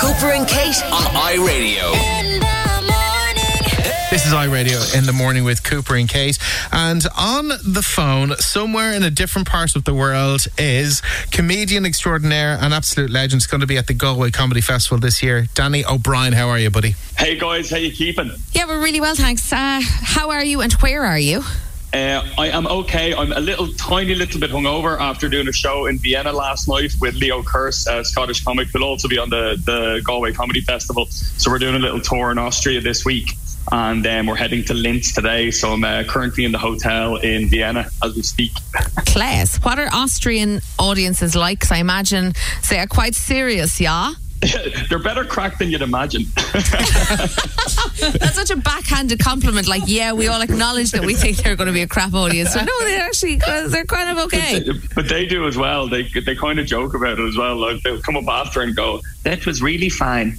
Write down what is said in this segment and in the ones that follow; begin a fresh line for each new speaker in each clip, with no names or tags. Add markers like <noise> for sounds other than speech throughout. Cooper and Kate.
on iRadio.
This is iRadio in the morning with Cooper and Kate. And on the phone, somewhere in a different part of the world, is comedian extraordinaire and absolute legend. It's going to be at the Galway Comedy Festival this year. Danny O'Brien, how are you, buddy?
Hey guys, how you keeping?
Yeah, we're really well, thanks. Uh, how are you and where are you?
Uh, I am okay. I'm a little, tiny little bit hungover after doing a show in Vienna last night with Leo Kurse, a Scottish comic, who'll also be on the, the Galway Comedy Festival. So we're doing a little tour in Austria this week, and um, we're heading to Linz today. So I'm uh, currently in the hotel in Vienna as we speak.
Class. What are Austrian audiences like? 'Cause I imagine they are quite serious, yeah?
They're better cracked than you'd imagine. <laughs>
That's such a backhanded compliment. Like, yeah, we all acknowledge that we think they're going to be a crap audience, but no, they're actually, uh, they're kind of okay.
but they do as well. They they kind of joke about it as well. Like they'll come up after and go, "That was really fine."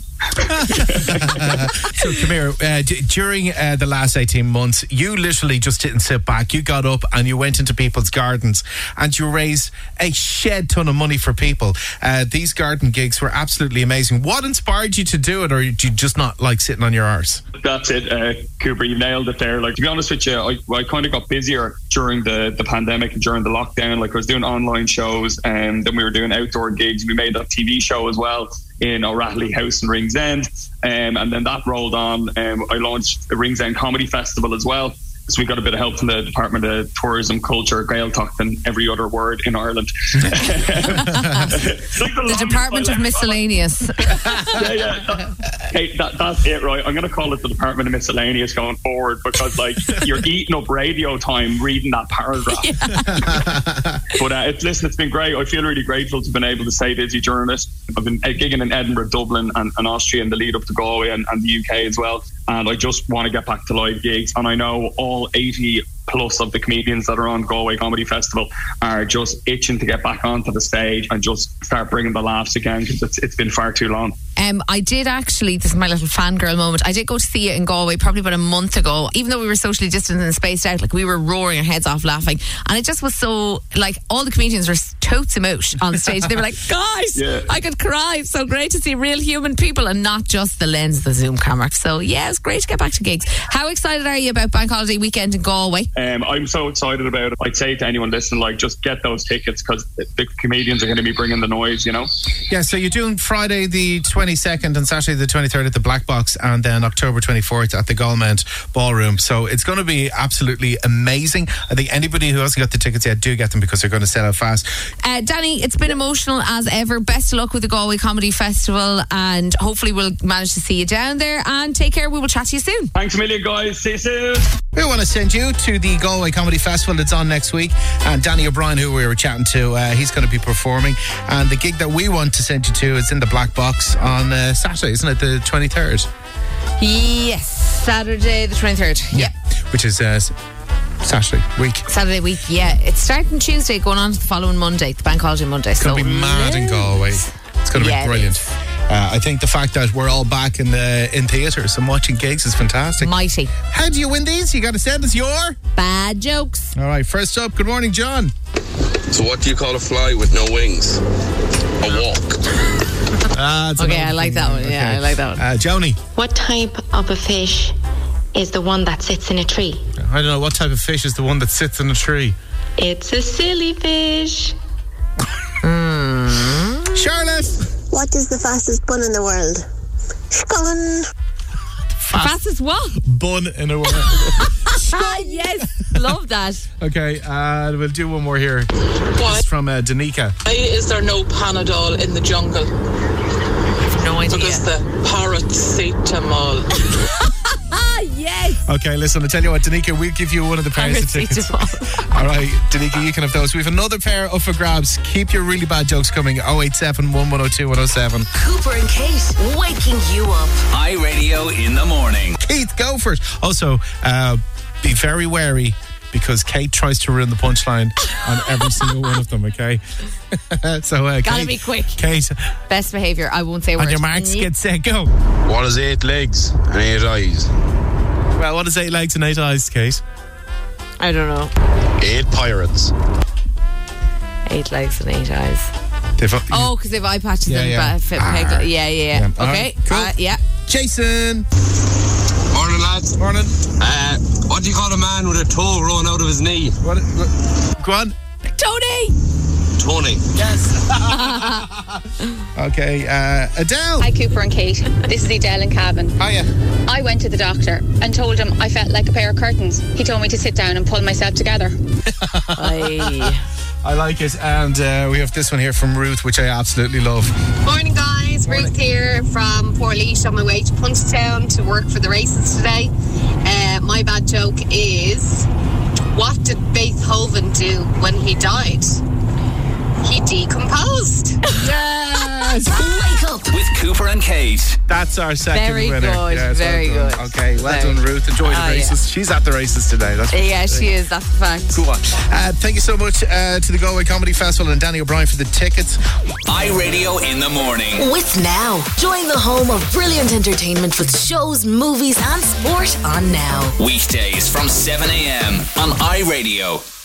So, come here. Uh, d- during uh, the last 18 months, you literally just didn't sit back. You got up and you went into people's gardens and you raised a shed ton of money for people. Uh, these garden gigs were absolutely amazing. What inspired you to do it, or did you just not like sitting on your arse?
That's it, uh, Cooper. You nailed it there. Like to be honest with you, I, I kind of got busier during the, the pandemic and during the lockdown. Like I was doing online shows, and then we were doing outdoor gigs. We made that TV show as well in O'Reilly House and Rings End, um, and then that rolled on. Um, I launched the Rings End Comedy Festival as well. So we got a bit of help from the Department of Tourism, Culture, Gaeltacht, and every other word in
<laughs>
Ireland. <laughs> It's like
The
longest
Department of
bilateral-
Miscellaneous.
yeah, yeah. That, hey, that, that's it, right? I'm going to call it the Department of Miscellaneous going forward because, like, you're eating up radio time reading that paragraph. <laughs> but uh, it's, listen, it's been great. I feel really grateful to have been able to stay busy during this. I've been uh, gigging in Edinburgh, Dublin, and, and Austria in the lead up to Galway and, and the UK as well. And I just want to get back to live gigs. And I know all 80 plus of the comedians that are on Galway Comedy Festival are just itching to get back onto the stage and just start bringing the laughs again because it's, it's been far too long.
Um, I did actually, this is my little fangirl moment. I did go to see it in Galway probably about a month ago. Even though we were socially distanced and spaced out, like we were roaring our heads off laughing. And it just was so, like, all the comedians were totes emotion on stage. They were like, guys,
Yeah.
I could cry. It's so great to see real human people and not just the lens of the Zoom camera. So, yeah, it's great to get back to gigs. How excited are you about Bank Holiday weekend in Galway?
Um, I'm so excited about it. I'd say to anyone listening, like, just get those tickets because the, the comedians are going to be bringing the noise, you know?
Yeah, so you're doing Friday the 22nd and Saturday the 23rd at the Black Box and then October 24th at the Galmont Ballroom. So it's going to be absolutely amazing. I think anybody who hasn't got the tickets yet, do get them because they're going to sell out fast.
Uh, Danny, it's been emotional as ever. Best of luck with the Galway Comedy Festival, and hopefully we'll manage to see you down there. And take care. We will chat to you soon.
Thanks a million, guys. See you soon.
We want to send you to the Galway Comedy Festival that's on next week. And Danny O'Brien, who we were chatting to, uh, he's going to be performing. And the gig that we want to send you to is in the Black Box on uh, Saturday, isn't it? The 23rd.
Yes, Saturday the twenty third. Yeah.
Which is uh, s- Saturday week.
Saturday week. Yeah, it's starting Tuesday, going on to the following Monday, the bank holiday Monday.
It's going to be mad in Galway. It's going to be
Yeah, it
brilliant.
is.
Uh, I think the fact that we're all back in the in theatres and watching gigs is fantastic.
Mighty
How do you win these? You got to send us your. All
bad jokes.
right, first up, good morning, John.
So what do you call a fly with no wings? A walk.
Ah, it's
Okay,
another
I like
thing.
that one. Yeah, I like that one.
Uh, Joni,
What type of a fish is the one that sits in a tree?
I don't know what type of fish is the one that sits in a tree.
It's a silly fish.
Charlotte,
What is the fastest bun in the world? Scone.
<laughs>
Fastest what?
bun in a world.
Ah, yes, love that.
okay, uh, we'll do one more here. This is from uh, Danica.
Why is there no Panadol in the jungle?
No idea.
Because the paracetamol.
Ah, yes.
Okay, listen, I'll tell you what, Danica, we'll give you one of the pairs of tickets. <laughs> All right, Danica, you can have those. We have another pair up for grabs. Keep your really bad jokes coming. 087 1102 107.
Cooper and Kate, waking you up.
iRadio in the morning.
Keith, go for it. Also, uh, be very wary because Kate tries to ruin the punchline on
<laughs>
every single one of them, okay? <laughs> so, uh,
Gotta
Kate-
be quick.
Kate,
Best behaviour. I won't say a
on
word. Mm.
your marks, get set, go.
What is eight legs and eight eyes?
Well, what is eight legs and eight eyes, Kate?
I don't know.
Eight pirates.
Eight legs and eight eyes.
They've,
Oh, because they've eye patches
Yeah,
and
yeah.
yeah. Fit
Ah.
peg. Yeah, yeah, yeah.
All
Okay.
right, cool.
Uh, yeah.
Jason.
Morning, lads.
Morning.
Uh, what do you call a man with a toe rolling out of his knee?
What, what, go on.
Tony.
Tony.
Okay, uh, Adele.
Hi, Cooper and Kate. This is Adele in Cavan.
Hiya.
I went to the doctor and told him I felt like a pair of curtains. He told me to sit down and pull myself together.
I like it. And uh, we have this one here from Ruth, which I absolutely love.
Morning, guys. Ruth here from Portleash on my way to Punchtown to work for the races today. Uh, my bad joke is what did Beethoven do when he died? He decomposed.
Wake up.
With Cooper and Kate.
That's our second
Very
winner.
good,
it's
very
done.
good.
Okay, well
Very
done, Ruth. Enjoy the
Ah, yeah.
races. She's at the races today. That's
Yeah, she is. That's a fact.
Cool. Uh, thank you so much uh, to the Galway Comedy Festival and Danny O'Brien for the tickets.
iRadio in the morning.
With Now. Join the home of brilliant entertainment with shows, movies, and sport on Now.
Weekdays from 7 a.m. on iRadio.